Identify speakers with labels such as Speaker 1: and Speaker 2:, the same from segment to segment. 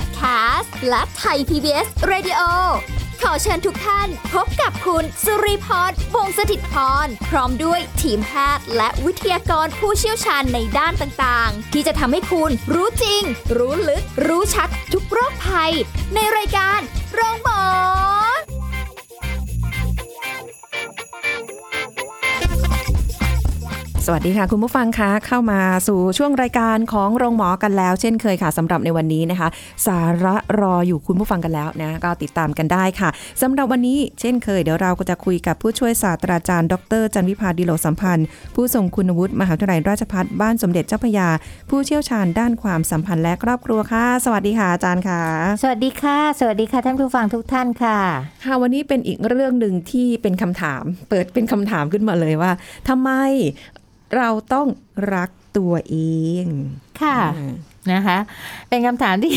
Speaker 1: PBS และไทย PBS Radio ขอเชิญทุกท่านพบกับคุณสุริพรวงศสถิตพร พร้อมด้วยทีมแพทย์และวิทยากรผู้เชี่ยวชาญในด้านต่างๆ ที่จะทำให้คุณรู้จริง รู้ลึก รู้ชัดทุกโรคภัย ในรายการโรงพยาบาล
Speaker 2: สวัสดีค่ะ คุณผู้ฟังคะเข้ามาสู่ช่วงรายการของโรงหมอกันแล้ว เช่นเคยค่ะสำหรับในวันนี้นะคะ สาระรออยู่คุณผู้ฟังกันแล้วนะก็ติดตามกันได้ค่ะสำหรับวันนี้เช่นเคยเดี๋ยวเราก็จะคุยกับผู้ช่วยศาสตราจารย์ ดร จันวิพาดิโลสัมพันธ์ ผู้ทรงคุณวุฒิมหาวิทยาลัยราชภัฏบ้านสมเด็จเจ้าพระยา ผู้เชี่ยวชาญด้านความสัมพันธ์และครอบครัวค่ะ สวัสดีค่ะอาจารย์ค่ะ
Speaker 3: สวัสดีค่ะ สวัสดีค่ะท่านผู้ฟังทุกท่านค่ะ
Speaker 2: ค่ะวันนี้เป็นอีกเรื่องหนึ่งที่เป็นคำถาม เปิดเป็นคำถามขึ้นมาเลยว่าทำไมเราต้องรักตัวเอง
Speaker 3: ค่ะ
Speaker 2: อืม
Speaker 3: นะคะ เป็นคำถาม ที่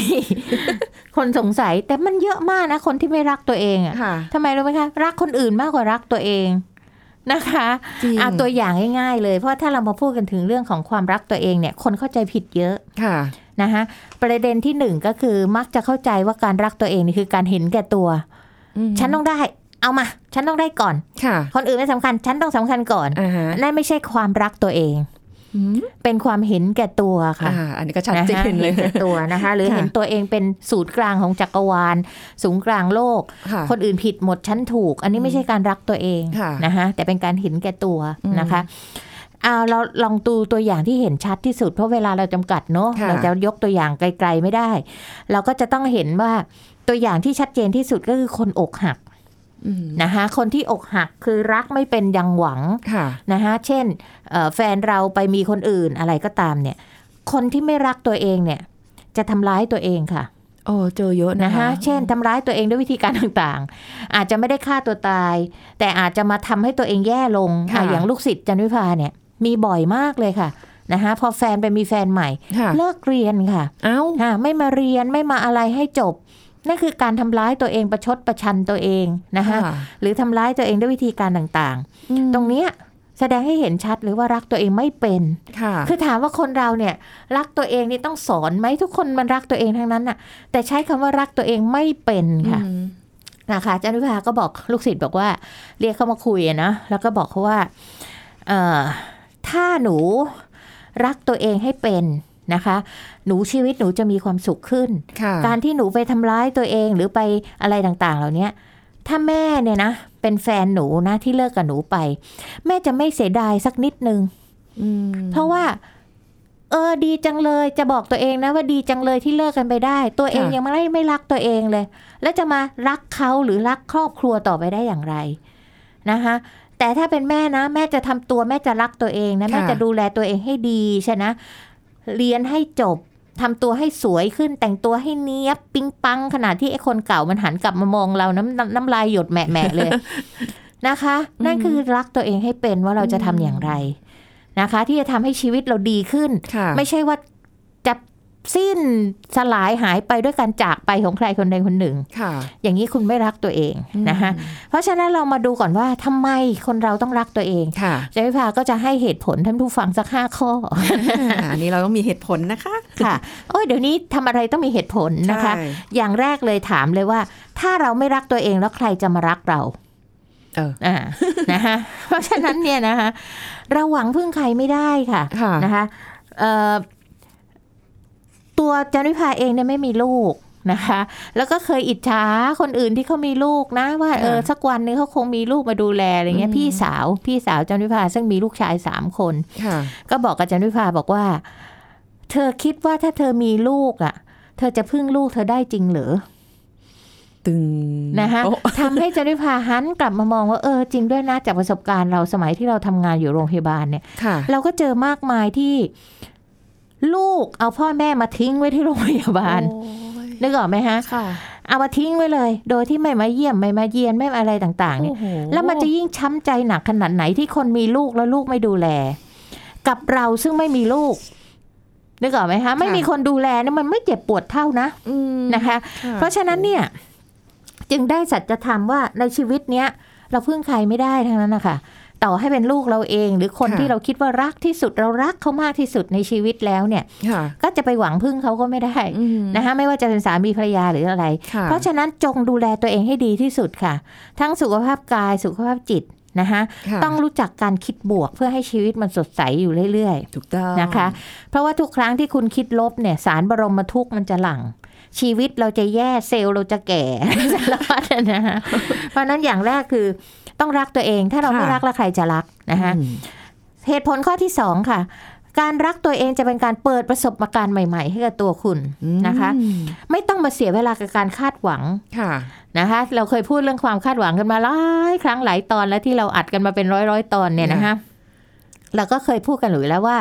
Speaker 3: คนสงสัยแต่มันเยอะมากนะคนที่ไม่รักตัวเองอะ
Speaker 2: ค่ะ
Speaker 3: ทำไมรู้ไหมคะรักคนอื่นมากกว่ารักตัวเองนะคะ
Speaker 2: จริง
Speaker 3: เอาตัวอย่างง่ายๆ เลยเพราะถ้าเรามาพูดกันถึงเรื่องของความรักตัวเองเนี่ย คนเข้าใจผิดเยอะ
Speaker 2: ค่ะ
Speaker 3: นะคะประเด็นที่หนึ่งก็คือมักจะเข้าใจว่าการรักตัวเองนี่คือการเห็นแก่ตัว
Speaker 2: อืม
Speaker 3: ฉันต้องได้ เอามา ฉันต้องได้ก่อน
Speaker 2: ค่ะ
Speaker 3: คนอื่นไม่สำคัญ ฉันต้องสำคัญก่อน
Speaker 2: อ่าฮะ
Speaker 3: นั่นไม่ใช่ความรักตัวเอง
Speaker 2: อืม
Speaker 3: เป็นความเห็นแก่ตัวค่ะ
Speaker 2: อ่าอันนี้ก็ชัดเจนเลย
Speaker 3: ะคะเห็นแก่ตัวนะคะ หรือ
Speaker 2: ค่ะ
Speaker 3: เห็นตัวเองเป็นศูนย์กลางของจักรวาลศูนย์กลางโลก
Speaker 2: ค่ะ
Speaker 3: คนอื่นผิดหมดฉันถูก อันนี้ไม่ใช่การรักตัวเอง
Speaker 2: ค่ะ
Speaker 3: นะคะแต่เป็นการเห็นแก่ตัว
Speaker 2: อืม
Speaker 3: นะคะเอาเราลองดูตัวอย่างที่เห็นชัดที่สุด เพราะเวลาเราจำกัดเนอะ
Speaker 2: ค่ะ
Speaker 3: เราจะยกตัวอย่างไกล ๆไม่ได้ เราก็จะต้องเห็นว่าตัวอย่างที่ชัดเจนที่สุดก็คือคนอกหัก
Speaker 2: อืม
Speaker 3: นะคะ คนที่อกหักคือรักไม่เป็นยังหวัง
Speaker 2: ค่ะ
Speaker 3: นะคะเช่นเอ่อแฟนเราไปมีคนอื่นอะไรก็ตามเนี่ย คนที่ไม่รักตัวเองเนี่ย จะทำร้ายตัวเองค่ะ
Speaker 2: โอ้เจอเยอะนะ
Speaker 3: นะคะ
Speaker 2: คะ
Speaker 3: เช่นทำร้ายตัวเองด้วยวิธีการต่างๆ อาจจะไม่ได้ฆ่าตัวตาย แต่อาจจะมาทำให้ตัวเองแย่ลงอ่ะอย่างลูกศิษย์จันวิพาเนี่ย มีบ่อยมากเลยค่ะนะคะพอแฟนไปมีแฟนใหม่
Speaker 2: ค่ะ
Speaker 3: เลิกเรียนค่ะ
Speaker 2: เอ้า
Speaker 3: อ่ะไม่มาเรียนไม่มาอะไรให้จบนั่นคือการทำร้ายตัวเองประชดประชันตัวเองนะคะหรือทำร้ายตัวเองด้วยวิธีการต่างๆ
Speaker 2: อืม
Speaker 3: ตรงเนี้ยแสดงให้เห็นชัดหรือว่ารักตัวเองไม่เป็น
Speaker 2: ค่ะ
Speaker 3: คือถามว่าคนเราเนี่ยรักตัวเองนี่ต้องสอนไหมทุกคนมันรักตัวเองทั้งนั้นน่ะ แต่ใช้คำว่ารักตัวเองไม่เป็นค่ะ
Speaker 2: อืม
Speaker 3: นะคะอาจารย์วิภาก็บอกลูกศิษย์บอกว่าเรียกเขามาคุยอะนะแล้วก็บอกเขาว่าเอ่อถ้าหนูรักตัวเองให้เป็นนะคะ หนูชีวิตหนูจะมีความสุขขึ้น
Speaker 2: ค่ะ
Speaker 3: การที่หนูไปทำร้ายตัวเองหรือไปอะไรต่างๆ เหล่าเนี้ยถ้าแม่เนี่ยนะ เป็นแฟนหนูนะที่เลิกกับหนูไป แม่จะไม่เสียดายสักนิดนึง
Speaker 2: อืม
Speaker 3: เพราะว่า เออดีจังเลยจะบอกตัวเองนะว่าดีจังเลยที่เลิกกันไปได้ ตัวเองยังไม่ได้ไม่รักตัวเองเลย แล้วจะมารักเขาหรือรักครอบครัวต่อไปได้อย่างไรนะคะ แต่ถ้าเป็นแม่นะ แม่จะทำตัวแม่จะรักตัวเองนะแม่จะดูแลตัวเองให้ดีใช่นะ เรียนให้จบทำตัวให้สวยขึ้น แต่งตัวให้เนี้ยบปิ๊งปังขณะที่ไอ้คนเก่ามันหันกลับมามองเราน้ำน้ำน้ำลายหยดแหมะแหมะเลย นะคะ นั่นคือรักตัวเองให้เป็นว่าเราจะทำอย่างไรนะคะ ที่จะทำให้ชีวิตเราดีขึ้น
Speaker 2: ค่ะ
Speaker 3: ไม่ใช่ว่าจะสิ้นสลายหายไปด้วยการจากไปของใครคนใดคนหนึ่ง
Speaker 2: ค่ะ
Speaker 3: อย่างนี้คุณไม่รักตัวเองนะคะ
Speaker 2: อืม
Speaker 3: เพราะฉะนั้นเรามาดูก่อนว่าทำไมคนเราต้องรักตัวเอง
Speaker 2: ค่ะ
Speaker 3: เจวิภาก็จะให้เหตุผลท่านผู้ฟังสักห้าข้อ
Speaker 2: อ่าอันนี้เราต้องมีเหตุผลนะคะ
Speaker 3: ค่ะ โอ้ยเดี๋ยวนี้ทำอะไรต้องมีเหตุผลนะคะ
Speaker 2: ใช่
Speaker 3: อย่างแรกเลยถามเลยว่า ถ้าเราไม่รักตัวเองแล้วใครจะมารักเรา
Speaker 2: เออ
Speaker 3: อ่า นะคะ เพราะฉะนั้นเนี่ยนะคะเราหวังพึ่งใครไม่ได้ค่ะ
Speaker 2: ค่ะ
Speaker 3: นะคะเอ่อตัวจันวิภาเองเนี่ยไม่มีลูกนะคะ แล้วก็เคยอิจฉาคนอื่นที่เขามีลูกนะ ว่าเออสักวันหนึงเขาคงมีลูกมาดูแลอะไรเงี้ยพี่สาวพี่สาวจันวิภาซึ่งมีลูกชายสามคน
Speaker 2: ค่ะ
Speaker 3: ก็บอกกับจันวิภาบอกว่า เธอคิดว่าถ้าเธอมีลูกอ่ะ เธอจะพึ่งลูกเธอได้จริงเหรือ
Speaker 2: ตึง
Speaker 3: นะคะ
Speaker 2: โอ้
Speaker 3: ทำให้จริพาหันกลับมามองว่าเออจริงด้วยนะจากประสบการณ์เราสมัยที่เราทำงานอยู่โรงพยาบาลเนี่ย
Speaker 2: ค่ะ
Speaker 3: เราก็เจอมากมายที่ลูกเอาพ่อแม่มาทิ้งไว้ที่โรงพยาบาล
Speaker 2: โอ้ย
Speaker 3: นึกออกไหมฮะ
Speaker 2: ค่ะ
Speaker 3: เอามาทิ้งไว้เลย โดยที่ไม่มาเยี่ยมไม่มาเยียนไม่มาอะไรต่างๆเนี่ย
Speaker 2: โอ้โห
Speaker 3: แล้วมันจะยิ่งช้ำใจหนักขนาดไหนที่คนมีลูกแล้วลูกไม่ดูแล กับเราซึ่งไม่มีลูกนึกออกไหมคะไม่มีคนดูแลเนี่ยมันไม่เจ็บปวดเท่านะ
Speaker 2: อืม
Speaker 3: นะคะ
Speaker 2: ค่
Speaker 3: เพราะฉะนั้นเนี่ยจึงได้สัจธรรมว่าในชีวิตเนี้ยเราพึ่งใครไม่ได้ทั้งนั้นนะคะ ต่อให้เป็นลูกเราเอง หรือคน
Speaker 2: ค่ะ
Speaker 3: ที่เราคิดว่ารักที่สุดเรารักเขามากที่สุดในชีวิตแล้วเนี่ย
Speaker 2: ค่ะ
Speaker 3: ก็จะไปหวังพึ่งเขาก็ไม่ได้
Speaker 2: อืม
Speaker 3: นะคะไม่ว่าจะเป็นสามีภรรยาหรืออะไร
Speaker 2: ค่
Speaker 3: เพราะฉะนั้นจงดูแลตัวเองให้ดีที่สุดค่ะ ทั้งสุขภาพกายสุขภาพจิตนะคะ
Speaker 2: ค่ะ
Speaker 3: ต้องรู้จักการคิดบวกเพื่อให้ชีวิตมันสดใสอยู่เรื่อย ๆ
Speaker 2: ถูกต้อง
Speaker 3: นะคะ เพราะว่าทุกครั้งที่คุณคิดลบเนี่ยสารบรมทุกข์มันจะหลั่ง ชีวิตเราจะแย่เซลล์เราจะแก่ สารพัดนะคะเพราะฉะนั้นอย่างแรกคือต้องรักตัวเองถ้าเราไม่รักแล้วใครจะรักนะคะ
Speaker 2: อืม
Speaker 3: เหตุผลข้อที่สองค่ะ การรักตัวเองจะเป็นการเปิดประสบการณ์ใหม่ ๆ ให้กับตัวคุณนะคะ
Speaker 2: อืม
Speaker 3: ไม่ต้องมาเสียเวลากับการคาดหวัง
Speaker 2: ค่ะ
Speaker 3: นะคะ เราเคยพูดเรื่องความคาดหวังกันมาหลายครั้งหลายตอนแล้วที่เราอัดกันมาเป็นร้อยร้อยๆตอนเนี่ยนะคะ เราก็เคยพูดกันอยู่แล้วว่า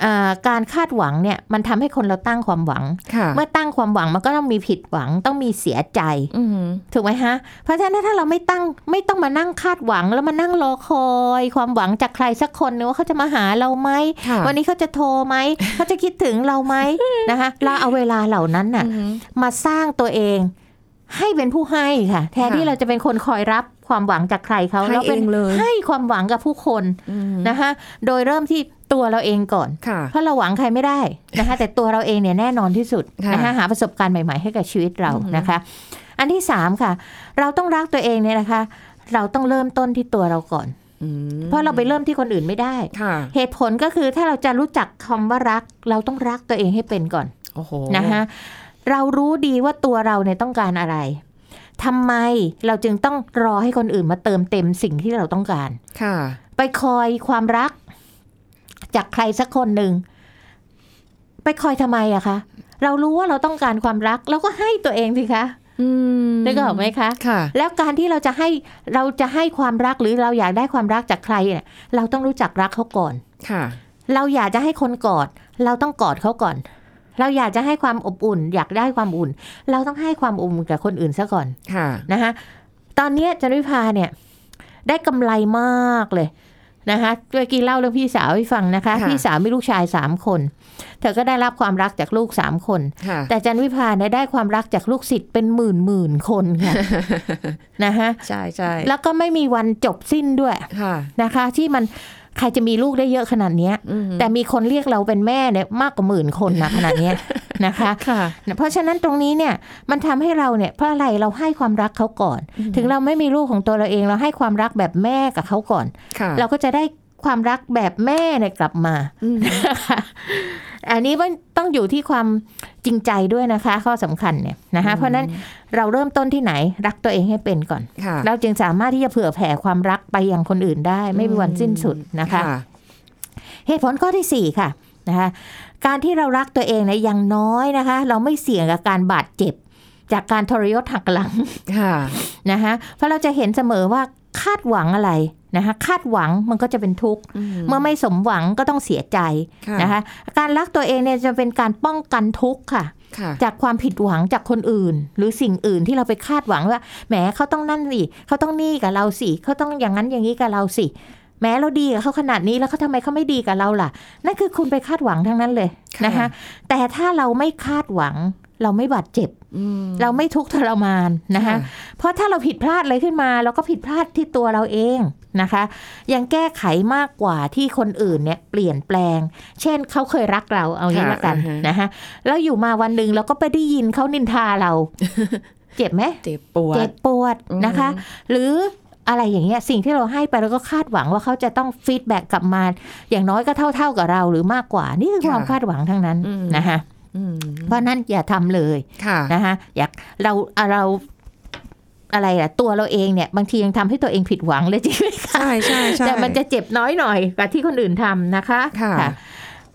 Speaker 3: เอ่อการคาดหวังเนี่ยมันทำให้คนเราตั้งความหวัง
Speaker 2: ค่ะ
Speaker 3: เมื่อตั้งความหวังมันก็ต้องมีผิดหวังต้องมีเสียใจ
Speaker 2: อืม
Speaker 3: ถูกไหมฮะ เพราะฉะนั้นถ้าเราไม่ตั้งไม่ต้องมานั่งคาดหวังแล้วมานั่งรอคอย ความหวังจากใครสักคนนึงว่าเขาจะมาหาเราไหม
Speaker 2: ค่ะ
Speaker 3: วันนี้เขาจะโทรไหม เขาจะคิดถึงเราไหม นะคะเราเอาเวลาเหล่านั้นน่ะ
Speaker 2: อืม
Speaker 3: มาสร้างตัวเอง ให้เป็นผู้ให้ค่ะ แทน
Speaker 2: ค่ะ
Speaker 3: ที่เราจะเป็นคนคอยรับความหวังจากใครเขา
Speaker 2: ให้
Speaker 3: เรา
Speaker 2: เอ
Speaker 3: เป็น
Speaker 2: งเลย
Speaker 3: ให้ความหวังกับผู้คน
Speaker 2: อืม
Speaker 3: นะคะโดยเริ่มที่ตัวเราเองก่อน
Speaker 2: ค่ะ
Speaker 3: เพราะเราหวังใครไม่ได้นะคะ แต่ตัวเราเองเนี่ยแน่นอนที่สุด
Speaker 2: ค่ะ
Speaker 3: นะคะหาประสบการณ์ใหม่ๆให้กับชีวิตเรา
Speaker 2: อือหือ
Speaker 3: นะคะ อันที่สามค่ะ เราต้องรักตัวเองเนี่ยนะคะ เราต้องเริ่มต้นที่ตัวเราก่อน
Speaker 2: อืม
Speaker 3: เพราะเราไปเริ่มที่คนอื่นไม่ได้
Speaker 2: ค่ะ
Speaker 3: เหตุผลก็คือถ้าเราจะรู้จักคำว่ารัก เราต้องรักตัวเองให้เป็นก่อน
Speaker 2: โอ้โห
Speaker 3: นะคะเรารู้ดีว่าตัวเราเนี่ยต้องการอะไรทำไมเราจึงต้องรอให้คนอื่นมาเติมเต็มสิ่งที่เราต้องการ
Speaker 2: ค่ะ
Speaker 3: ไปคอยความรัก จากใครสักคนหนึ่ง ไปคอยทำไมอะคะเรารู้ว่าเราต้องการความรักเราก็ให้ตัวเองสิคะ
Speaker 2: อืม
Speaker 3: นึกออกไหมคะ
Speaker 2: ค่ะ
Speaker 3: แล้วการที่เราจะให้เราจะให้ความรักหรือเราอยากได้ความรักจากใครเนี่ยเราต้องรู้จักรักเขาก่อน
Speaker 2: ค่ะ
Speaker 3: เราอยากจะให้คนกอด เราต้องกอดเขาก่อน เราอยากจะให้ความอบอุ่น อยากได้ความอุ่น เราต้องให้ความอบอุ่นกับคนอื่นซะก่อน
Speaker 2: ค่ะ
Speaker 3: นะคะตอนเนี้ยจันวิภาเนี่ยได้กำไรมากเลยนะคะด้วยกินเล่าเรื่องพี่สาวให้ฟังนะคะ
Speaker 2: ค่ะ
Speaker 3: พี่สาวมีลูกชายสามคน เธอก็ได้รับความรักจากลูกสามคน
Speaker 2: ค่ะ
Speaker 3: แต่จันวิภาเนี่ยได้ความรักจากลูกศิษย์เป็นหมื่นหมื่นคนค่ะ นะคะ
Speaker 2: ใช่ใช่
Speaker 3: แล้วก็ไม่มีวันจบสิ้นด้วย
Speaker 2: ค่ะ
Speaker 3: นะคะ ที่มันใครจะมีลูกได้เยอะขนาดเนี้ย
Speaker 2: อืม
Speaker 3: แต่มีคนเรียกเราเป็นแม่เนี่ยมากกว่าหมื่นคน นะขนาดเนี้ยนะคะ
Speaker 2: ค่ะ
Speaker 3: เพราะฉะนั้นตรงนี้เนี่ยมันทำให้เราเนี่ยเพราะอะไรเราให้ความรักเขาก่อน
Speaker 2: อืม
Speaker 3: ถึงเราไม่มีลูกของตัวเราเองเราให้ความรักแบบแม่กับเขาก่อน
Speaker 2: ค่ะ
Speaker 3: เราก็จะได้ความรักแบบแม่เนี่ยกลับมา
Speaker 2: อืม
Speaker 3: นะคะอันนี้มันต้องอยู่ที่ความจริงใจด้วยนะคะ ข้อสำคัญเนี่ยนะคะเพราะฉะนั้นเราเริ่มต้นที่ไหนรักตัวเองให้เป็นก่อน
Speaker 2: ค่ะ
Speaker 3: เราจึงสามารถที่จะเผื่อแผ่ความรักไปยังคนอื่นได้ ไม่มีวันสิ้นสุดนะคะ เหตุผลข้อที่ 4 ค่ะนะคะการที่เรารักตัวเองเนะอย่างน้อยนะคะ เราไม่เสี่ยงกับการบาดเจ็บ จากการทรยศหักหลัง
Speaker 2: ค่ะ
Speaker 3: นะคะเพราะเราจะเห็นเสมอว่าคาดหวังอะไรนะคะคาดหวังมันก็จะเป็นทุกข์เมื่อไม่สมหวังก็ต้องเสียใจ
Speaker 2: ค่ะ
Speaker 3: นะคะการรักตัวเองเนี่ยจะเป็นการป้องกันทุกข์ค่ะ
Speaker 2: ค่ะ
Speaker 3: จากความผิดหวังจากคนอื่น หรือสิ่งอื่นที่เราไปคาดหวังว่าแหมเขาต้องนั่นสิเขาต้องนี่กับเราสิเขาต้องอย่างนั้นอย่างนี้กับเราสิแม้เราดีกับเขาขนาดนี้แล้วเขาทำไมเขาไม่ดีกับเราล่ะ นั่นคือคุณไปคาดหวังทั้งนั้นเลย
Speaker 2: ค่ะ
Speaker 3: นะคะแต่ถ้าเราไม่คาดหวัง เราไม่บาดเจ็บ
Speaker 2: อืม
Speaker 3: เราไม่ทุกข์ทรมานนะคะเพราะถ้าเราผิดพลาดอะไรขึ้นมา เราก็ผิดพลาดที่ตัวเราเองนะคะ ยังแก้ไขมากกว่าที่คนอื่นเนี่ยเปลี่ยนแปลง เช่นเขาเคยรักเราเอางี้ละกันนะคะแล้วอยู่มาวันหนึ่งเราก็ไปได้ยินเขานินทา เรา เจ็บไหม
Speaker 2: เจ็บปว
Speaker 3: เจ็
Speaker 2: ด
Speaker 3: บปวดนะคะ
Speaker 2: อืม
Speaker 3: หรืออะไรอย่างเงี้ยสิ่งที่เราให้ไปเราก็คาดหวังว่าเขาจะต้องฟีดแบ็กกลับมา อย่างน้อยก็เท่า ๆกับเราหรือมากกว่า นี่คือความคาดหวังทั้งนั้นนะคะ
Speaker 2: อืม
Speaker 3: เพราะนั้นอย่าทำเลย
Speaker 2: ค่ะ
Speaker 3: นะคะอยากเราเราอะไรอะตัวเราเองเนี่ย บางทียังทำให้ตัวเองผิดหวังเลยจริ งไหมคะ
Speaker 2: ใช่ใช่ใช่
Speaker 3: แต่มันจะเจ็บน้อยหน่อยกว่าที่คนอื่นทำนะคะ
Speaker 2: ค่ะ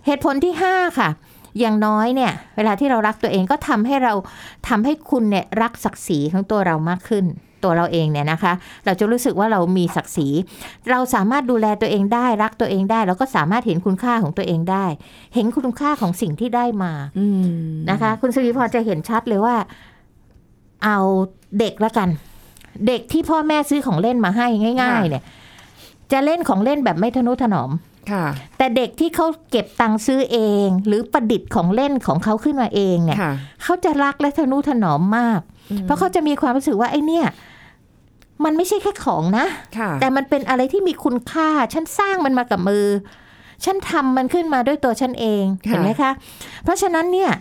Speaker 3: เหตุผลที่ห้าค่ะ อย่างน้อยเนี่ย เวลาที่เรารักตัวเองก็ทำให้เราทำให้คุณเนี่ยรักศักดิ์ศรีของตัวเรามากขึ้น ตัวเราเองเนี่ยนะคะ เราจะรู้สึกว่าเรามีศักดิ์ศรี เราสามารถดูแลตัวเองได้รักตัวเองได้ แล้วก็สามารถเห็นคุณค่าของตัวเองได้ เห็นคุณค่าของสิ่งที่ได้มา
Speaker 2: อืม
Speaker 3: นะคะ คุณสุริพรจะเห็นชัดเลยว่า เอาเด็กละกัน เด็กที่พ่อแม่ซื้อของเล่นมาให้ง่าย ๆ เนี่ย จะเล่นของเล่นแบบไม่ทนุถนอม
Speaker 2: ค่ะ
Speaker 3: แต่เด็กที่เขาเก็บตังค์ซื้อเอง หรือประดิษฐ์ของเล่นของเขาขึ้นมาเองเนี่ย
Speaker 2: ค่ะ
Speaker 3: เขาจะรักและทนุถนอมมาก เพราะเขาจะมีความรู้สึกว่าไอ้เนี่ย มันไม่ใช่แค่ของนะ
Speaker 2: ค่ะ
Speaker 3: แต่มันเป็นอะไรที่มีคุณค่า ฉันสร้างมันมากับมือ ฉันทำมันขึ้นมาด้วยตัวฉันเอง
Speaker 2: ค่ะ
Speaker 3: เห็นไหมคะ เพราะฉะนั้นเนี่ย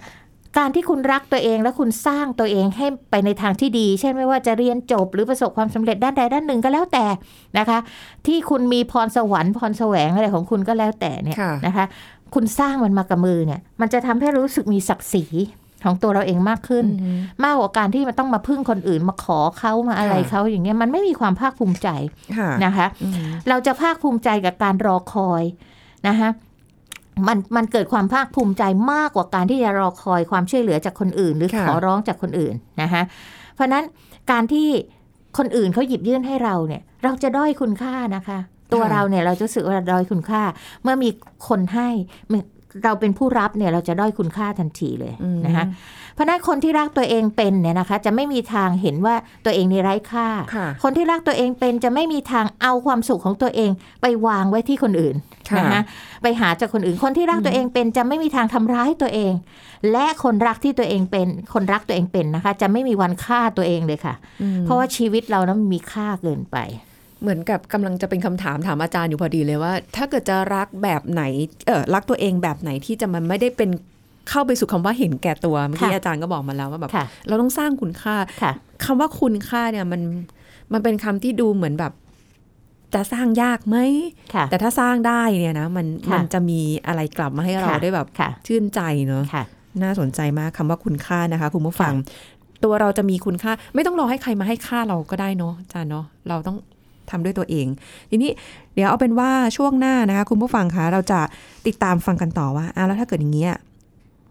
Speaker 3: การที่คุณรักตัวเองและคุณสร้างตัวเองให้ไปในทางที่ดี เช่นไม่ว่าจะเรียนจบหรือประสบความสำเร็จด้านใดด้านหนึ่งก็แล้วแต่นะคะ ที่คุณมีพรสวรรค์พรแสวงอะไรของคุณก็แล้วแต่เนี่ย
Speaker 2: ค่ะ
Speaker 3: นะคะ คุณสร้างมันมากับมือเนี่ย มันจะทำให้รู้สึกมีศักดิ์ศรีของตัวเราเองมากขึ้น
Speaker 2: อืม
Speaker 3: มากกว่าการที่มันต้องมาพึ่งคนอื่นมาขอเขามาอะไร
Speaker 2: ค่ะ
Speaker 3: เขาอย่างเงี้ยมันไม่มีความภาคภูมิใจ
Speaker 2: ค่ะ
Speaker 3: นะคะ
Speaker 2: อืม
Speaker 3: เราจะภาคภูมิใจกับการรอคอยนะคะมันมันเกิดความภาคภูมิใจมากกว่าการที่จะรอคอยความช่วยเหลือจากคนอื่น หรือ
Speaker 2: ค่ะ
Speaker 3: ขอร้องจากคนอื่นนะคะเพราะฉะนั้นการที่คนอื่นเขาหยิบยื่นให้เราเนี่ย เราจะด้อยคุณค่านะคะ ตัวเราเนี่ยเราจะรู้สึกว่าเราด้อยคุณค่า เมื่อมีคนให้เราเป็นผู้รับเนี่ยเราจะด้อยคุณค่าทันทีเลย
Speaker 2: อืม
Speaker 3: นะคะเพราะฉะนั้นคนที่รักตัวเองเป็นเนี่ยนะคะ จะไม่มีทางเห็นว่าตัวเองนี่ไร้ค่า
Speaker 2: ค่ะ
Speaker 3: คนที่รักตัวเองเป็นจะไม่มีทางเอาความสุขของตัวเองไปวางไว้ที่คนอื่น
Speaker 2: ค่ะ
Speaker 3: นะคะไปหาจากคนอื่น คนที่รักตัวเองเป็นจะไม่มีทางทำร้ายตัวเอง และคนรักที่ตัวเองเป็น คนรักตัวเองเป็นนะคะ จะไม่มีวันฆ่าตัวเองเลยค่ะ
Speaker 2: อืม
Speaker 3: เพราะว่าชีวิตเรานั้นมีค่าเกินไป
Speaker 2: เหมือนกับกำลังจะเป็นคำถามถามอาจารย์อยู่พอดีเลยว่า ถ้าเกิดจะรักแบบไหนเออรักตัวเองแบบไหนที่จะมันไม่ได้เป็นเข้าไปสู่คำว่าเห็นแก่ตัวเมื่อกี้
Speaker 3: ค่ะ
Speaker 2: อาจารย์ก็บอกมาแล้วว่าแบบ
Speaker 3: ค่ะ
Speaker 2: เราต้องสร้างคุณค่า
Speaker 3: ค่ะ
Speaker 2: คำว่าคุณค่าเนี่ยมันมันเป็นคำที่ดูเหมือนแบบ จะสร้างยากไหม
Speaker 3: ค่ะ
Speaker 2: แต่ถ้าสร้างได้เนี่ยนะมัน
Speaker 3: ค่ะ
Speaker 2: มันจะมีอะไรกลับมาให้เรา
Speaker 3: ค่ะ
Speaker 2: ได้แบบ
Speaker 3: ค่ะ
Speaker 2: ชื่นใจเนาะ
Speaker 3: ค่ะ
Speaker 2: น่าสนใจมากคำว่าคุณค่านะคะคุณผู้ฟัง ตัวเราจะมีคุณค่า ไม่ต้องรอให้ใครมาให้ค่าเราก็ได้เนาะอาจารย์เนาะเราต้องทำด้วยตัวเอง ทีนี้เดี๋ยวเอาเป็นว่าช่วงหน้านะคะ คุณผู้ฟังคะเราจะติดตามฟังกันต่อว่าอ่ะแล้วถ้าเกิดอย่างเงี้ย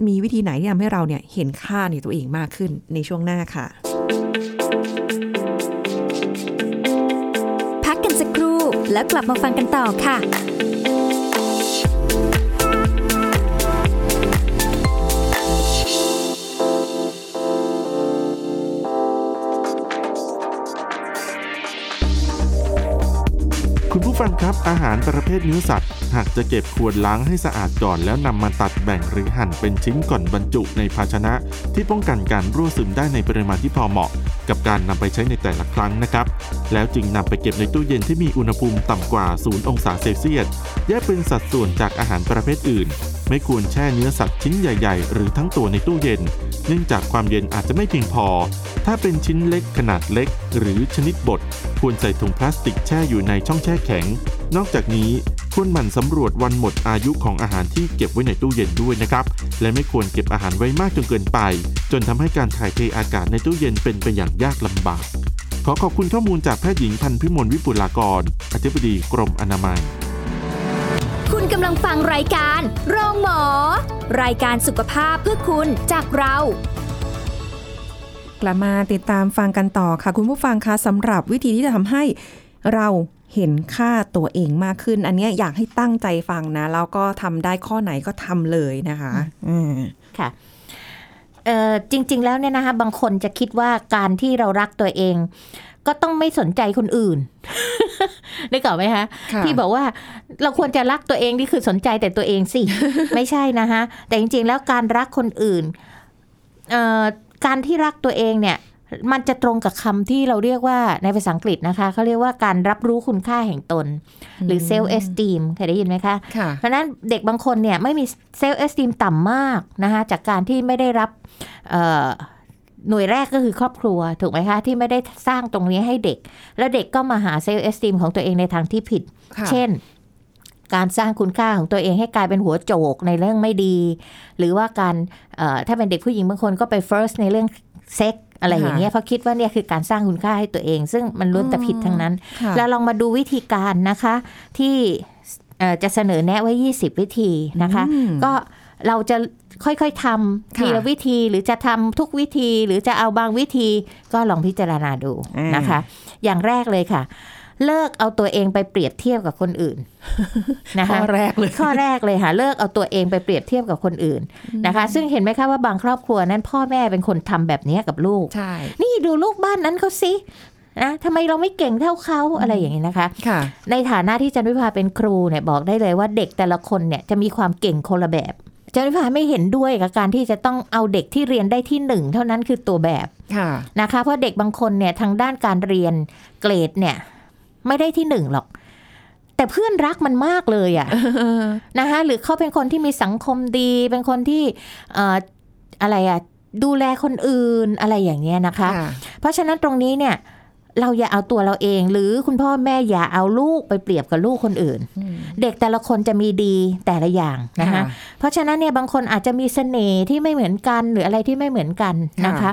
Speaker 2: มีวิธีไหนที่ทำให้เราเนี่ยเห็นค่าในตัวเองมากขึ้นในช่วงหน้าค่ะ
Speaker 1: พักกันสักครู่แล้วกลับมาฟังกันต่อค่ะ
Speaker 4: คุณผู้ฟังครับอาหารประเภทเนื้อสัตว์ หากจะเก็บควรล้างให้สะอาดก่อนแล้วนำมาตัดแบ่งหรือหั่นเป็นชิ้นก่อนบรรจุในภาชนะ ที่ป้องกันการรั่วซึมได้ในปริมาณที่พอเหมาะ กับการนำไปใช้ในแต่ละครั้งนะครับ แล้วจึงนำไปเก็บในตู้เย็นที่มีอุณหภูมิต่ำกว่า 0 องศาเซลเซียสแยกเป็นสัดส่วนจากอาหารประเภทอื่น ไม่ควรแช่เนื้อสัตว์ชิ้นใหญ่ ๆ หรือทั้งตัวในตู้เย็น เนื่องจากความเย็นอาจจะไม่เพียงพอ ถ้าเป็นชิ้นเล็กขนาดเล็ก หรือชนิดบด ควรใส่ถุงพลาสติกแช่อยู่ในช่องแช่แข็ง นอกจากนี้ควรหมั่นสำรวจวันหมดอายุของอาหารที่เก็บไว้ในตู้เย็นด้วยนะครับ และไม่ควรเก็บอาหารไว้มากจนเกินไป จนทำให้การถ่ายเทอากาศในตู้เย็นเป็นไปอย่างยากลำบาก ขอขอบคุณข้อมูลจากแพทย์หญิงพันธุ์พิมลวิปุลากร อธิบดีกรมอนามัย
Speaker 1: คุณกำลังฟังรายการโรงหมอ รายการสุขภาพเพื่อคุณจากเรา
Speaker 2: กลับมาติดตามฟังกันต่อค่ะ คุณผู้ฟังคะสำหรับวิธีที่จะทำให้เราเห็นค่าตัวเองมากขึ้น อันเนี้ยอยากให้ตั้งใจฟังนะ แล้วก็ทำได้ข้อไหนก็ทำเลยนะคะอืม
Speaker 3: ค่ะเอ่อจริง ๆ แล้วเนี่ยนะคะ บางคนจะคิดว่าการที่เรารักตัวเอง ก็ต้องไม่สนใจคนอื่น ได้ก่อนไหมคะ
Speaker 2: ค่ะ
Speaker 3: ที่บอกว่าเราควรจะรักตัวเองนี่คือสนใจแต่ตัวเองสิ ไม่ใช่นะคะแต่จริง ๆ แล้วการรักคนอื่นเอ่อการที่รักตัวเองเนี่ย มันจะตรงกับคำที่เราเรียกว่าในภาษาอังกฤษนะคะเขาเรียกว่าการรับรู้คุณค่าแห่งตน หรือเซลล์เอสตีมเคยได้ยินไหมคะ
Speaker 2: ค่ะ
Speaker 3: เพราะฉะนั้นเด็กบางคนเนี่ยไม่มีเซลล์เอสติมต่ำมากนะคะจากการที่ไม่ได้รับเอ่อหน่วยแรกก็คือครอบครัวถูกไหมคะ ที่ไม่ได้สร้างตรงนี้ให้เด็ก แล้วเด็กก็มาหาเซลล์เอสติมของตัวเองในทางที่ผิด
Speaker 2: ค่ะ
Speaker 3: เช่น การสร้างคุณค่าของตัวเองให้กลายเป็นหัวโจกในเรื่องไม่ดี หรือว่าการเอ่อถ้าเป็นเด็กผู้หญิงบางคนก็ไป first ในเรื่องเซ็กอะไรอย่างเงี้ยเพราะคิดว่าเนี่ยคือการสร้างคุณค่าให้ตัวเอง ซึ่งมันล้วนแต่ผิดทั้งนั้น
Speaker 2: ค่ะ
Speaker 3: เราลองมาดูวิธีการนะคะที่เอ่อจะเสนอแนะไว้ 20 วิธีนะคะ
Speaker 2: อืม
Speaker 3: ก็เราจะค่อยๆทำ
Speaker 2: ค่ะ
Speaker 3: ทีละวิธีหรือจะทำทุกวิธีหรือจะเอาบางวิธีก็ลองพิจารณาดู
Speaker 2: อ่าน
Speaker 3: นะคะ อย่างแรกเลยค่ะ เลิกเอาตัวเองไปเปรียบเทียบกับคนอื่น นะคะ
Speaker 2: ข้อแรกเลย
Speaker 3: ข้อแรกเลยค่ะเลิกเอาตัวเองไปเปรียบเทียบกับคนอื่นนะคะ ซึ่งเห็นไหมคะว่าบางครอบครัวนั้นพ่อแม่เป็นคนทำแบบนี้กับลูก
Speaker 2: ใช่
Speaker 3: นี่ดูลูกบ้านนั้นเขาสินะทำไมเราไม่เก่งเท่าเขาอะไรอย่างนี้นะคะ
Speaker 2: ค่ะ
Speaker 3: ในฐานะที่จันวิภาเป็นครูเนี่ยบอกได้เลยว่าเด็กแต่ละคนเนี่ยจะมีความเก่งคนละแบบ อาจารย์วิภาไม่เห็นด้วยกับการที่จะต้องเอาเด็กที่เรียนได้ที่หนึ่งเท่านั้นคือตัวแบบ
Speaker 2: ค่ะ
Speaker 3: นะคะเพราะเด็กบางคนเนี่ยทางด้านการเรียนเกรดเนี่ย ไม่ได้ที่หนึ่งหรอก แต่เพื่อนรักมันมากเลย อะ่ะ นะคะหรือเขาเป็นคนที่มีสังคมดี เป็นคนที่เอ่ออะไรอะ่ะดูแลคนอื่นอะไรอย่างเงี้ยนะคะ เพราะฉะนั้นตรงนี้เนี่ย เราอย่าเอาตัวเราเอง หรือคุณพ่อแม่อย่าเอาลูกไปเปรียบกับลูกคนอื่น
Speaker 2: อืม
Speaker 3: เด็กแต่ละคนจะมีดีแต่ละอย่างนะคะ เพราะฉะนั้นเนี่ยบางคนอาจจะมีเสน่ห์ที่ไม่เหมือนกันหรืออะไรที่ไม่เหมือนกันนะคะ
Speaker 2: ค่ะ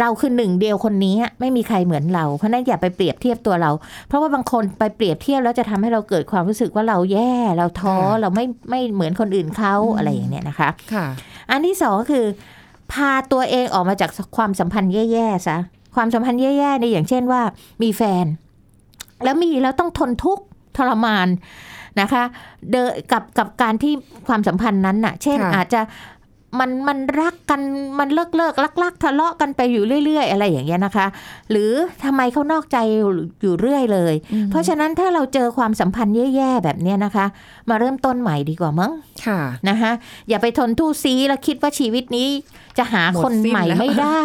Speaker 3: เราคือหนึ่งเดียวคนนี้ไม่มีใครเหมือนเรา เพราะฉะนั้นอย่าไปเปรียบเทียบตัวเรา เพราะว่าบางคนไปเปรียบเทียบแล้วจะทำให้เราเกิดความรู้สึกว่าเราแย่เราท้อเราไม่ไม่เหมือนคนอื่นเขาอะไรอย่างเนี้ยนะคะ
Speaker 2: ค่ะ
Speaker 3: อันที่สองก็คือ พาตัวเองออกมาจากความสัมพันธ์แย่ๆซะความสัมพันธ์แย่ๆเนี่ยอย่างเช่นว่า มีแฟน แล้วมีแล้วต้องทนทุกข์ทรมานนะคะ เดนกับกับการที่ความสัมพันธ์นั้นน่ะ เช่น
Speaker 2: ค่ะ
Speaker 3: อาจจะมันมันรักกันมันเลิกเลิกลักลักๆทะเลาะกันไปอยู่เรื่อย ๆ อะไรอย่างเงี้ยนะคะ หรือทำไมเขานอกใจอยู่เรื่อยเลย เพราะฉะนั้นถ้าเราเจอความสัมพันธ์แย่ๆแบบเนี้ยนะคะ มาเริ่มต้นใหม่ดีกว่ามั้ง
Speaker 2: ค่ะ
Speaker 3: นะคะอย่าไปทนทู่ซีแล้วคิดว่าชีวิตนี้จะหาคนใหม่
Speaker 2: หมดสิ้นแล้ว
Speaker 3: ไม่ได้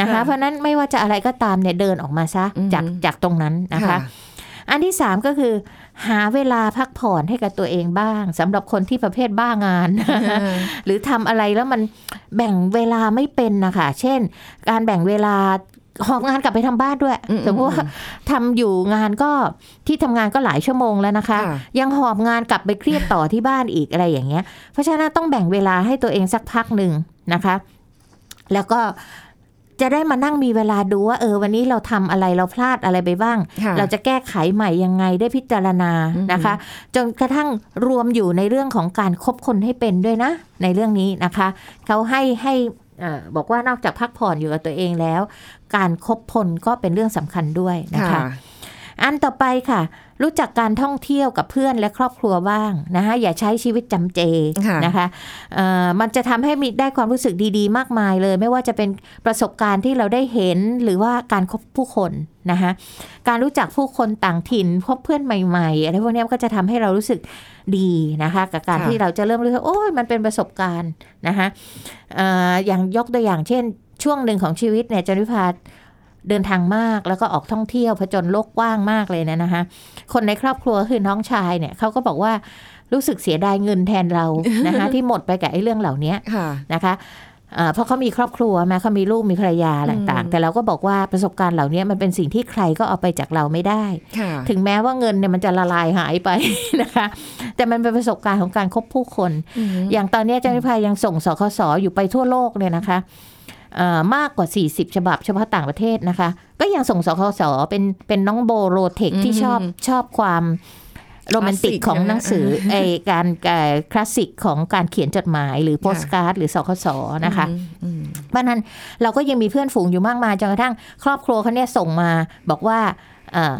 Speaker 3: นะคะ
Speaker 2: ค่ะ
Speaker 3: เพราะฉะนั้นไม่ว่าจะอะไรก็ตามเนี่ยเดินออกมาซะ
Speaker 2: อืม
Speaker 3: จากจากตรงนั้นนะคะ อันที่สามก็คือ หาเวลาพักผ่อนให้กับตัวเองบ้างสำหรับคนที่ประเภทบ้างาน หรือทำอะไรแล้วมันแบ่งเวลาไม่เป็นนะคะเช่น การแบ่งเวลาหอบงานกลับไปทำบ้านด้วย
Speaker 2: อืม
Speaker 3: สมมติว่าทำอยู่งานก็ที่ทำงานก็หลายชั่วโมงแล้วนะคะ
Speaker 2: ค่ะ
Speaker 3: ยังหอบงานกลับไปเครียดต่อที่บ้านอีกอะไรอย่างเงี้ย เพราะฉะนั้นต้องแบ่งเวลาให้ตัวเองสักพักหนึ่งนะคะ แล้วก็จะได้มานั่งมีเวลาดูว่าเออวันนี้เราทำอะไรเราพลาดอะไรไปบ้าง
Speaker 2: ค่ะ
Speaker 3: เราจะแก้ไขใหม่ยังไงได้พิจารณา
Speaker 2: อือหือ
Speaker 3: นะคะ จนกระทั่งรวมอยู่ในเรื่องของการคบคนให้เป็นด้วยนะ ในเรื่องนี้นะคะเขาให้ให้เอ่อบอกว่านอกจากพักผ่อนอยู่กับตัวเองแล้ว การคบคนก็เป็นเรื่องสำคัญด้วยนะ
Speaker 2: ค่ะ
Speaker 3: คะ อันต่อไปค่ะ รู้จักการท่องเที่ยวกับเพื่อนและครอบครัวบ้างนะคะอย่าใช้ชีวิตจำเจ
Speaker 2: ค่ะ
Speaker 3: นะคะเอ่อมันจะทำให้มีได้ความรู้สึกดีๆ มากมายเลย ไม่ว่าจะเป็นประสบการณ์ที่เราได้เห็นหรือว่าการคบผู้คนนะคะการรู้จักผู้คนต่างถิ่นพบเพื่อนใหม่ๆอะไรพวกเนี้ยก็จะทำให้เรารู้สึกดีนะคะกับการที่เราจะเริ่มรู้สึกว่าโอ้ยมันเป็นประสบการณ์นะคะเอ่ออย่างยกตัวอย่างเช่น ช่วงหนึ่งของชีวิตเนี่ยจันวิพา เดินทางมากแล้วก็ออกท่องเที่ยวผจญโลกกว้างมากเลยนะนะคะ คนในครอบครัวคือน้องชายเนี่ยเขาก็บอกว่ารู้สึกเสียดายเงินแทนเรา นะคะที่หมดไปกับไอ้เรื่องเหล่านี้
Speaker 2: ค่ะ
Speaker 3: นะคะเอ่อเพราะเขามีครอบครัวแม้เขามีลูกมีภรรยาต่าง
Speaker 2: อื
Speaker 3: ๆ
Speaker 2: ม
Speaker 3: แต่เราก็บอกว่าประสบการณ์เหล่านี้มันเป็นสิ่งที่ใครก็เอาไปจากเราไม่ได้
Speaker 2: ค่ะ
Speaker 3: ถึงแม้ว่าเงินเนี่ยมันจะละลายหายไป นะคะ แต่มันเป็นประสบการณ์ของการคบผู้คน อย่างตอนเนี้ยอาจารย์วิภายังส่งสคสอยู่ไปทั่วโลกเนี่ยนะคะเอ่อมากกว่า 40 ฉบับเฉพาะต่างประเทศนะคะ ก็ยังส่งสคสเป็นเป็นน้องโบโรเทค
Speaker 2: อืม
Speaker 3: ที่ชอบชอบความโรแมนติก
Speaker 2: Classic
Speaker 3: ของหนังสือไอการคลาสสิกของการเขียนจดหมายหรือโปสการ์ดหรือสคสนะคะ
Speaker 2: อืม
Speaker 3: เพราะฉะนั้นเราก็ยังมีเพื่อนฝูงอยู่มากมายจนกระทั่งครอบครัวเขาเนี่ยส่งมาบอกว่าเอ่อ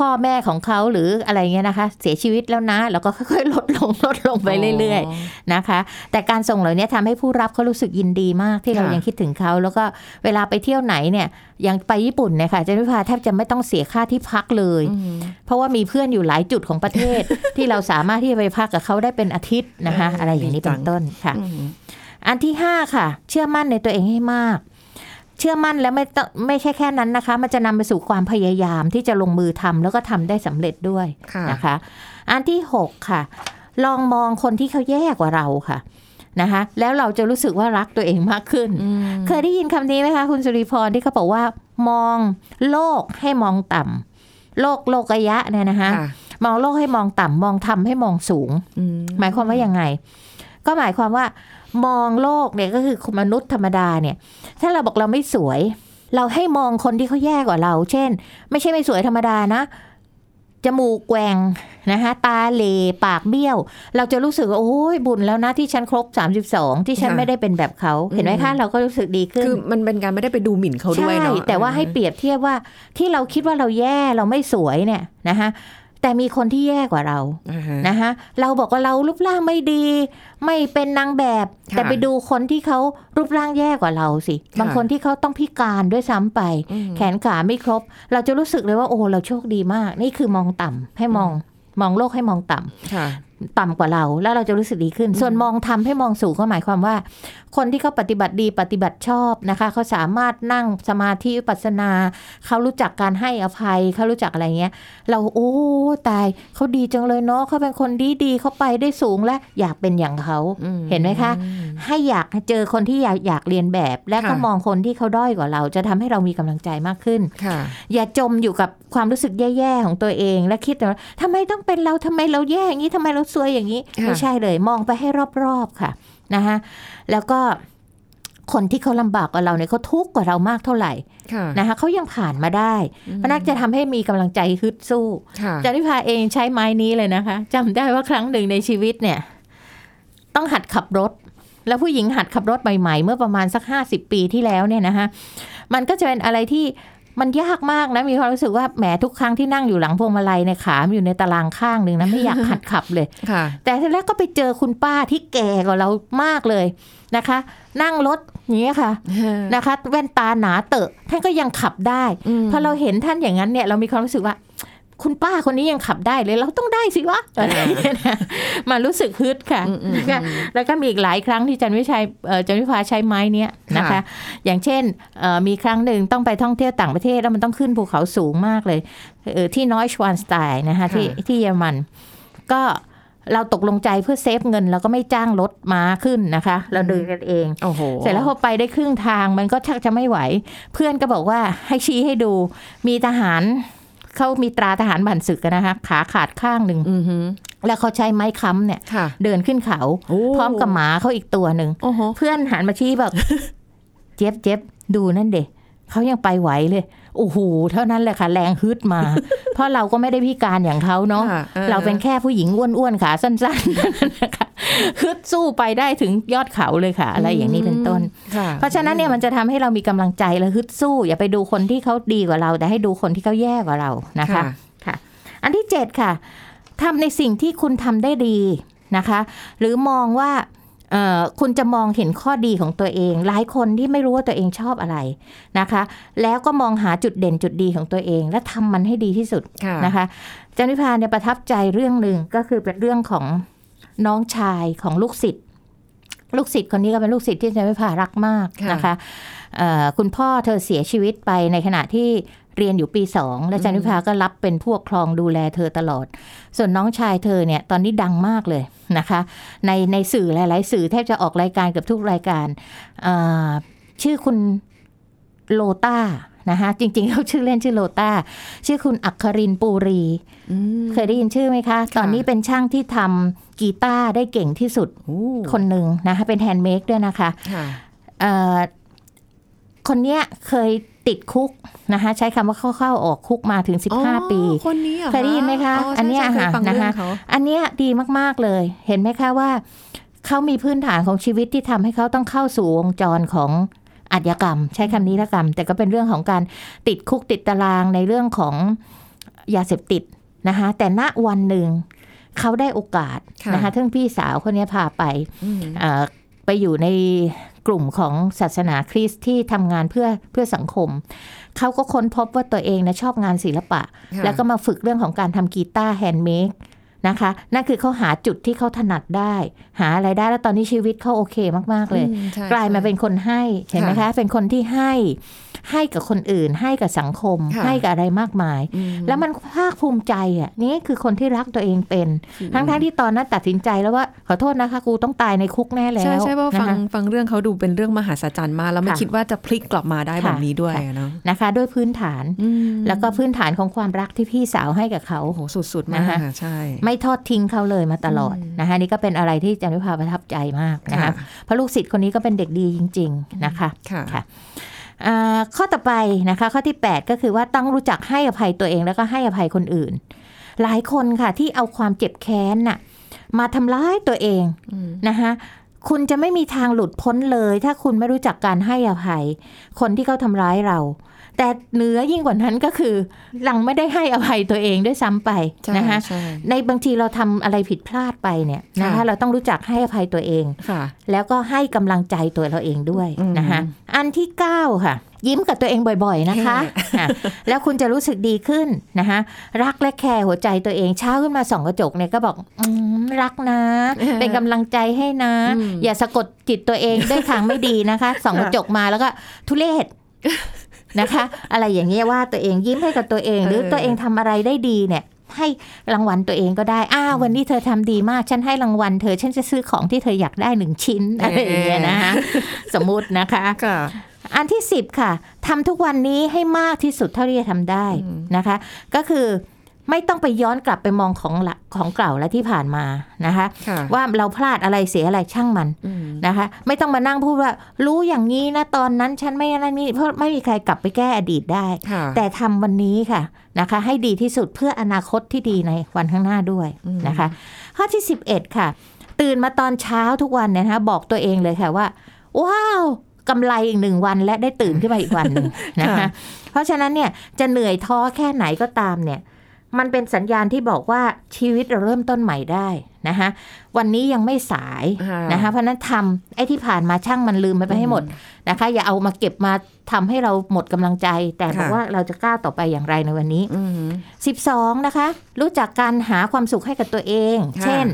Speaker 3: พ่อแม่ของเขาหรืออะไรเงี้ยนะคะ เสียชีวิตแล้วนะ แล้วก็ค่อยๆล ดลงลดลงไปเรื่อย ๆนะคะ แต่การส่งเหล่านี้ทำให้ผู้รับเขารู้สึกยินดีมากที่เรา
Speaker 2: ค่ะ
Speaker 3: ยังคิดถึงเขา แล้วก็เวลาไปเที่ยวไหนเนี่ยอย่างไปญี่ปุ่นเนี่ยค่ะเจนพิพาแทบจะไม่ต้องเสียค่าที่พักเลย
Speaker 2: อืม
Speaker 3: เพราะว่ามีเพื่อนอยู่หลายจุดของประเท ศ ที่เราสามารถที่จะไปพักกับเขาได้เป็นอาทิตย์นะคะ
Speaker 2: เอออ
Speaker 3: อะไรอย่างนี้
Speaker 2: ดีจั
Speaker 3: เป็น
Speaker 2: ง
Speaker 3: ต้นค่ะ
Speaker 2: อืม
Speaker 3: อันที่ห้าค่ะ เชื่อมั่นในตัวเองให้มาก เชื่อมั่นแล้วไม่ต้องไม่ใช่แค่นั้นนะคะ มันจะนำไปสู่ความพยายามที่จะลงมือทำแล้วก็ทำได้สำเร็จด้วย
Speaker 2: ค่ะ
Speaker 3: นะคะ อันที่หกค่ะ ลองมองคนที่เขาแย่กว่าเราค่ะนะคะ แล้วเราจะรู้สึกว่ารักตัวเองมากขึ้น
Speaker 2: อืม
Speaker 3: เคยได้ยินคำนี้ไหมคะ คุณสุริพรที่เขาบอกว่า มองโลกให้มองต่ำโลกโลกยะเนี่ยนะคะ
Speaker 2: ค่ะ
Speaker 3: มองโลกให้มองต่ำมองธรรมให้มองสูง
Speaker 2: อืม
Speaker 3: หมายความว่ายังไง ก็หมายความว่ามองโลกเนี่ยก็คือมนุษย์ธรรมดาเนี่ย ถ้าเราบอกเราไม่สวย เราให้มองคนที่เขาแย่กว่าเรา เช่น ไม่ใช่ไม่สวยธรรมดานะจมูกแกว่งนะคะตาเหลปากเบี้ยว เราจะรู้สึกว่าโอ้ยบุญแล้วนะที่ฉันครบ 32 ที่ฉัน
Speaker 2: ค่ะ
Speaker 3: ไม่ได้เป็นแบบเขา เห็นไหม
Speaker 2: อืม
Speaker 3: คะเราก็รู้สึกดีขึ้น
Speaker 2: คือมันเป็นการไม่ได้ไปดูหมิ่นเขาด้วยเนาะ
Speaker 3: ใช่แต่ว่าให้เปรียบเทียบว่าที่เราคิดว่าเราแย่เราไม่สวยเนี่ยนะคะแต่มีคนที่แย่กว่าเรา
Speaker 2: อ่าฮะ
Speaker 3: นะคะเราบอกว่าเรารูปร่างไม่ดี ไม่เป็นนางแบบ
Speaker 2: ค่ะ
Speaker 3: แต่ไปดูคนที่เขารูปร่างแย่กว่าเราสิ
Speaker 2: ะ
Speaker 3: บางคนที่เขาต้องพิการด้วยซ้ำไป
Speaker 2: อืม
Speaker 3: แขนขาไม่ครบ เราจะรู้สึกเลยว่าโอ้เราโชคดีมาก นี่คือมองต่ำให้มองมองโลกให้มองต่ำ
Speaker 2: ค่ะ
Speaker 3: ต่ำกว่าเรา แล้วเราจะรู้สึกดีขึ้น ส่วนมองทำให้มองสูงก็หมายความว่า คนที่เขาปฏิบัติดีปฏิบัติชอบนะคะเขาสามารถนั่งสมาธิวิปัสสนา เขารู้จักการให้อภัยเขารู้จักอะไรเงี้ย เราโอ้ตายเขาดีจังเลยเนาะเขาเป็นคนดีดีๆเขาไปได้สูงและอยากเป็นอย่างเขา
Speaker 2: อื
Speaker 3: เห็นไหมคะ
Speaker 2: อืม
Speaker 3: ให้อยากเจอคนที่อยากอยากเรียนแบบ และก็
Speaker 2: ค่ะ
Speaker 3: มองคนที่เขาด้อยกว่าเรา จะทำให้เรามีกำลังใจมากขึ้น
Speaker 2: ค่ะ
Speaker 3: อย่าจมอยู่กับความรู้สึกแย่ๆของตัวเอง และคิดแต่ว่าทำไมต้องเป็นเราทำไมเราแย่อย่างนี้ทำไมเราซวยอย่างนี้
Speaker 2: ค่ะ
Speaker 3: ไม่ใช่เลย มองไปให้รอบๆค่ะนะคะแล้วก็คนที่เขาลำบากกว่าเราเนี่ยเขาทุกข์กว่าเรามากเท่าไหร่
Speaker 2: ค่ะ
Speaker 3: นะคะเขายังผ่านมาได้เพราะนักจะทำให้มีกำลังใจฮึดสู้
Speaker 2: ค่ะ
Speaker 3: จาริพาเองใช้ไม้นี้เลยนะคะจำได้ว่าครั้งหนึ่งในชีวิตเนี่ย ต้องหัดขับรถ แล้วผู้หญิงหัดขับรถใหม่ๆ เมื่อประมาณสักห้าสิบปีที่แล้วเนี่ยนะคะมันก็จะเป็นอะไรที่มันยากมากนะ มีความรู้สึกว่าแหมทุกครั้งที่นั่งอยู่หลังพวงมาลัยในยขามนอยู่ในตารางข้างหนึ่งนะไม่อยากหัดขับเลย
Speaker 2: ค่ะ
Speaker 3: แต่ทีแรกก็ไปเจอคุณป้าที่แก่กว่าเรามากเลยนะคะ นั่งรถอย่างเงี้ยค่ะ นะคะ แว่นตาหนาเตอะท่านก็ยังขับได้
Speaker 2: อืม
Speaker 3: พอเราเห็นท่านอย่างนั้นเนี่ยเรามีความรู้สึกว่า คุณป้าคนนี้ยังขับได้เลย เราต้องได้สิวะอะไรอย่างเงี้ยนะมารู้สึกฮึดค่ะ
Speaker 2: อืมอืม
Speaker 3: นะคะแล้วก็มีอีกหลายครั้งที่จันวิชัยเอ่อจันวิภาใช้ไม้เนี้ยนะคะ
Speaker 2: ค่ะ
Speaker 3: อย่างเช่นเอ่อมีครั้งหนึ่งต้องไปท่องเที่ยวต่างประเทศแล้วมันต้องขึ้นภูเขาสูงมากเลยเอ่อที่น้อยชวานสไตน์นะคะที่ที่เยอรมัน ก็เราตกลงใจเพื่อเซฟเงินเราก็ไม่จ้างรถม้าขึ้นนะคะ เราเดินกันเอง
Speaker 2: โอ้โห
Speaker 3: เสร็จแล้วพอไปได้ครึ่งทางมันก็ชักจะไม่ไหว เพื่อนก็บอกว่าให้ชี้ให้ดู มีทหารเขามีตราทหารบันศึกอะนะคะขาขาดข้างหนึ่ง
Speaker 2: อือฮึ
Speaker 3: แล้วเขาใช้ไม้ค้ำเนี่ย
Speaker 2: ค่ะ
Speaker 3: เดินขึ้นเขา
Speaker 2: โอ้
Speaker 3: พร้อมกับหมาเขาอีกตัวหนึ่ง
Speaker 2: โอ้โห
Speaker 3: เพื่อนหันมาชี้แบบ เจ็บเจ็บดูนั่นเด็กเขายังไปไหวเลย โอ้โหเท่านั้นแหละค่ะแรงฮึดมา เพราะเราก็ไม่ได้พิการอย่างเขาเนาะ
Speaker 2: ค่ะออ
Speaker 3: เราเป็นแค่ผู้หญิงอ้วนๆขาสั้นๆนะคะฮึดสู้ไปได้ถึงยอดเขาเลยค่ะ อะไรอย่างนี้เป็นต้น
Speaker 2: ค่ะ
Speaker 3: เพราะฉะนั้นเนี่ยมันจะทำให้เรามีกำลังใจและฮึดสู้ อย่าไปดูคนที่เขาดีกว่าเรา แต่ให้ดูคนที่เขาแย่กว่าเรานะคะ
Speaker 2: ค่ะ
Speaker 3: ค่ะ อันที่เจ็ดค่ะทำในสิ่งที่คุณทำได้ดีนะคะ หรือมองว่าเอ่อคุณจะมองเห็นข้อดีของตัวเอง หลายคนที่ไม่รู้ว่าตัวเองชอบอะไรนะคะ แล้วก็มองหาจุดเด่นจุดดีของตัวเอง และทำมันให้ดีที่สุด
Speaker 2: ค่ะ
Speaker 3: นะคะจันวิพาเนี่ยประทับใจเรื่องหนึ่งก็คือเป็นเรื่องของน้องชายของลูกศิษย์ลูกศิษย์คนนี้ก็เป็นลูกศิษย์ที่จันวิพารักมากนะคะเอ่อคุณพ่อเธอเสียชีวิตไปในขณะที่เรียนอยู่ปีสองและจันวิพาก็รับเป็นผู้ปกครองดูแลเธอตลอด ส่วนน้องชายเธอเนี่ยตอนนี้ดังมากเลยนะคะ ในในสื่อหลาย ๆ สื่อแทบจะออกรายการเกือบทุกรายการเอ่อชื่อคุณโลต้านะคะจริง ๆเขาชื่อเล่นชื่อโลต้า ชื่อคุณอัครินทร์ปูรี
Speaker 2: อืม
Speaker 3: เคยได้ยินชื่อไหมคะ ตอนนี้เป็นช่างที่ทำกีตาร์ได้เก่งที่สุด
Speaker 2: โอ้
Speaker 3: คนหนึ่งนะคะ เป็นแฮนด์เมดด้วยนะคะ
Speaker 2: ค่ะ
Speaker 3: เอ่อคนเนี้ยเคยติดคุกนะคะ ใช้คำว่าเข้าๆออกคุกมาถึง 15 ปี
Speaker 2: อ๋อคนนี้หรอ
Speaker 3: เคยได้ยินไหมคะ
Speaker 2: ใช่
Speaker 3: อันเนี้ย
Speaker 2: ใช่
Speaker 3: ค่ะ
Speaker 2: เคยฟังเรื่อง
Speaker 3: นะคะ
Speaker 2: เขา
Speaker 3: อันเนี้ยดีมาก ๆ เลย เห็นไหมคะว่า เขามีพื้นฐานของชีวิตที่ทำให้เขาต้องเข้าสู่วงจรของอาชญากรรม ใช้คำนี้ละกัน แต่ก็เป็นเรื่องของการติดคุกติดตารางในเรื่องของยาเสพติดนะคะ แต่ณวันหนึ่งเขาได้โอกาสนะคะทึ่งพี่สาวคนเนี้ยพาไป
Speaker 2: อืม
Speaker 3: เอ่อไปอยู่ในกลุ่มของศาสนาคริสต์ที่ทำงานเพื่อเพื่อสังคม เขาก็ค้นพบว่าตัวเองนะชอบงานศิลปะ
Speaker 2: ค่ะ
Speaker 3: แล้วก็มาฝึกเรื่องของการทำกีตาร์แฮนด์เมดนะคะ นั่นคือเขาหาจุดที่เขาถนัดได้ หาอะไรได้แล้วตอนนี้ชีวิตเขาโอเคมาก ๆ เลย
Speaker 2: อืมใช่
Speaker 3: กลายมาเป็นคนให้เห็นไหมคะ เป็นคนที่ให้ให้กับคนอื่น ให้กับสังคม
Speaker 2: ค่ะ
Speaker 3: ให้กับอะไรมากมาย
Speaker 2: อืม
Speaker 3: แล้วมันภาคภูมิใจอ่ะนี่คือคนที่รักตัวเองเป็น
Speaker 2: อืม
Speaker 3: ทั้งๆที่ตอนนั้นตัดสินใจแล้วว่าขอโทษนะคะ กูต้องตายในคุกแน่แล้ว
Speaker 2: ใช่ใช่เพราะฟัง
Speaker 3: นะคะ
Speaker 2: ฟังเรื่องเขาดูเป็นเรื่องมหาศาลมากแล้วไม่
Speaker 3: ค่ะ
Speaker 2: คิดว่าจะพลิกกลับมาได้
Speaker 3: ค่ะ
Speaker 2: แบบนี้ด้วย
Speaker 3: ค่ะ
Speaker 2: อะเนาะ
Speaker 3: นะคะ ด้วยพื้นฐาน
Speaker 2: อืม
Speaker 3: แล้วก็พื้นฐานของความรักที่พี่สาวให้กับเขา
Speaker 2: โอ้โหสุด ๆ มาก
Speaker 3: นะคะ
Speaker 2: ค่ะใช่
Speaker 3: ไม่ทอดทิ้งเขาเลยมาตลอดนะคะนี่ก็เป็นอะไรที่จันวิภาประทับใจมากนะคะ
Speaker 2: ค่ะ
Speaker 3: เพราะลูกศิษย์คนนี้ก็เป็นเด็กดีจริง ๆนะคะ
Speaker 2: ค่ะ
Speaker 3: ค่ะ อ่าข้อต่อไปนะคะข้อที่ 8 ก็คือว่าต้องรู้จักให้อภัยตัวเองแล้วก็ให้อภัยคนอื่น หลายคนค่ะที่เอาความเจ็บแค้นน่ะมาทำร้ายตัวเอง
Speaker 2: อืม
Speaker 3: นะคะคุณจะไม่มีทางหลุดพ้นเลย ถ้าคุณไม่รู้จักการให้อภัย คนที่เขาทำร้ายเรา แต่เหนือยิ่งกว่านั้นก็คือหลังไม่ได้ให้อภัยตัวเองด้วยซ้ำไป
Speaker 2: ใช่
Speaker 3: นะคะ
Speaker 2: ใช่
Speaker 3: ในบางทีเราทำอะไรผิดพลาดไปเนี่ยนะคะ
Speaker 2: ค่ะ
Speaker 3: เราต้องรู้จักให้อภัยตัวเอง
Speaker 2: ค่ะ
Speaker 3: แล้วก็ให้กำลังใจตัวเราเองด้วย
Speaker 2: อืม
Speaker 3: นะคะอันที่ 9 ค่ะ ยิ้มกับตัวเองบ่อยๆนะคะอ่ะแล้วคุณจะรู้สึกดีขึ้นนะคะรักและแคร์หัวใจตัวเองเช้าขึ้นมาส่องกระจกเนี่ยก็บอกอมรักนะ เป็นกำลังใจให้นะ
Speaker 2: อืม
Speaker 3: อย่าสะกดจิตตัวเองด้วยทางไม่ดีนะคะ ส่องกระจกมาแล้วก็ทุเลศนะคะ อะไรอย่างเงี้ยว่าตัวเองยิ้มให้กับตัวเอง หรือตัวเองทำอะไรได้ดีเนี่ย ให้รางวัลตัวเองก็ได้ อ้าววันนี้เธอทำดีมาก ฉันให้รางวัลเธอ ฉันจะซื้อของที่เธออยากได้หนึ่งชิ้น อะไรอย่างเงี้ยนะคะสมมุตินะคะ
Speaker 2: ค่ะ
Speaker 3: อันที่ 10 ค่ะทำทุกวันนี้ให้มากที่สุดเท่าที่จะทำได้
Speaker 2: อืม
Speaker 3: นะคะ ก็คือไม่ต้องไปย้อนกลับไปมองของหลักของเก่าและที่ผ่านมานะคะ
Speaker 2: ค่ะ
Speaker 3: ว่าเราพลาดอะไรเสียอะไรช่างมัน
Speaker 2: อืม
Speaker 3: นะคะ ไม่ต้องมานั่งพูดว่า รู้อย่างนี้นะตอนนั้นฉันไม่นั่นนี่เพราะไม่มีใครกลับไปแก้อดีตได้
Speaker 2: ค่ะ
Speaker 3: แต่ทำวันนี้ค่ะนะคะ ให้ดีที่สุดเพื่ออนาคตที่ดีในวันข้างหน้าด้วยนะคะ ข้อที่ 11 ค่ะ ตื่นมาตอนเช้าทุกวันเนยนะคะบอกตัวเองเลยค่ะว่า ว้าวกำไรอีกหนึ่งวันและได้ตื่นขึ้นมาอีกวันหนึ่ง นะคะ เพราะฉะนั้นเนี่ยจะเหนื่อยท้อแค่ไหนก็ตามเนี่ย มันเป็นสัญญาณที่บอกว่าชีวิตเราเริ่มต้นใหม่ได้นะคะวันนี้ยังไม่สายนะคะเพราะฉะนั้นทำไอ้ที่ผ่านมาช่างมันลืมมันไปให้หมดนะคะ อย่าเอามาเก็บมาทำให้เราหมดกำลังใจ แต่บอกว่าเราจะก้าวต่อไปอย่างไรในวันนี้
Speaker 2: อืม
Speaker 3: 12 นะคะ รู้จักการหาความสุขให้กับตัวเอง
Speaker 2: ค่ะ
Speaker 3: เช่น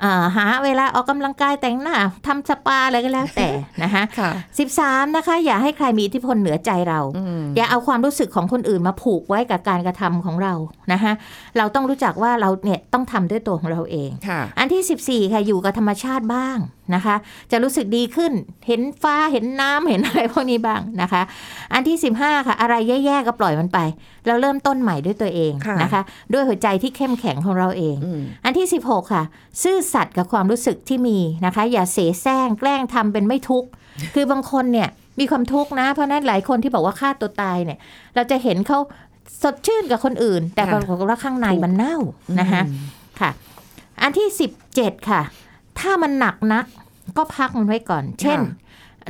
Speaker 3: เอ่อหาเวลาออกกำลังกายแต่งหน้าทำสปาอะไรก็แล้ว แต่ นะคะ
Speaker 2: ค่ะ
Speaker 3: 13 นะคะ อย่าให้ใครมีอิทธิพลเหนือใจเรา
Speaker 2: อืม
Speaker 3: อย่าเอาความรู้สึกของคนอื่นมาผูกไว้กับการกระทำของเรานะคะเราต้องรู้จักว่าเราเนี่ยต้องทำด้วยตัวของเราเอง
Speaker 2: ค่ะ
Speaker 3: อันที่ 14 ค่ะ อยู่กับธรรมชาติบ้างนะคะ จะรู้สึกดีขึ้น เห็นฟ้า เห็นน้ำ เห็นอะไรพวกนี้บ้างนะคะ อันที่ 15 ค่ะ อะไรแย่ๆ ก็ปล่อยมันไป เราเริ่มต้นใหม่ด้วยตัวเอง
Speaker 2: ค่ะ
Speaker 3: นะคะ ด้วยหัวใจที่เข้มแข็งของเราเอง
Speaker 2: อืม
Speaker 3: อันที่ 16 ค่ะ ซื่อสัตย์กับความรู้สึกที่มีนะคะ อย่าเสแสร้งแกล้งทำเป็นไม่ทุกข์ คือบางคนเนี่ยมีความทุกข์นะ เพราะฉะนั้นหลายคนที่บอกว่าฆ่าตัวตายเนี่ย เราจะเห็นเขาสดชื่นกับคนอื่น แต่
Speaker 2: ค่ะ
Speaker 3: ปรากฏว่าข้างในมันเน่านะคะ ค่ะ อันที่ 17 ค่ะ ถ้ามันหนักนักก็พักมันไว้ก่อน เช่น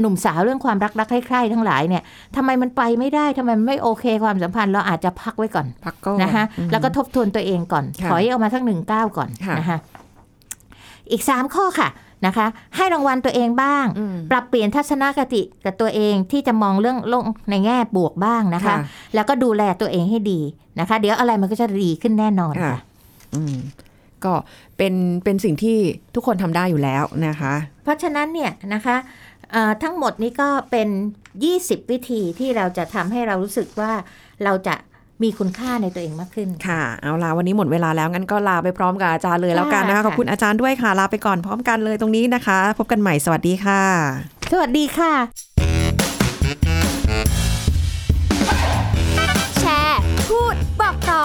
Speaker 3: หนุ่มสาวเรื่องความรักรักใคร่ๆทั้งหลายเนี่ยทำไมมันไปไม่ได้ทำไมมันไม่โอเคความสัมพันธ์เราอาจจะพักไว้ก่อน
Speaker 2: พักก่อน
Speaker 3: นะคะแล้วก็ทบทวนตัวเองก่อน
Speaker 2: ค่ะ
Speaker 3: ถอยออกมาสักหนึ่งก้าวก่อน
Speaker 2: ค่ะ
Speaker 3: นะคะอีก 3 ข้อค่ะนะคะ ให้รางวัลตัวเองบ้าง
Speaker 2: อืม
Speaker 3: ปรับเปลี่ยนทัศนคติกับตัวเองที่จะมองเรื่องโลกในแง่บวกบ้างนะคะ แล้วก็ดูแลตัวเองให้ดีนะคะ เดี๋ยวอะไรมันก็จะดีขึ้นแน่นอน
Speaker 2: ค่ะ
Speaker 3: ค่ะ
Speaker 2: อืมก็เป็นเป็นสิ่งที่ทุกคนทำได้อยู่แล้วนะคะ
Speaker 3: เพราะฉะนั้นเนี่ยนะคะเอ่อทั้งหมดนี้ก็เป็น 20 วิธีที่เราจะทำให้เรารู้สึกว่าเราจะมีคุณค่าในตัวเองมากขึ้น
Speaker 2: ค่ะ เอาล่ะวันนี้หมดเวลาแล้ว งั้นก็ลาไปพร้อมกับอาจารย์เลยแล้วกันนะคะ
Speaker 3: ค่ะ
Speaker 2: ขอบคุณอาจารย์ด้วยค่ะ ลาไปก่อนพร้อมกันเลยตรงนี้นะคะ พบกันใหม่สวัสดีค่ะ
Speaker 3: สวัสดีค่ะ
Speaker 1: แชร์ พูด บอกต่อ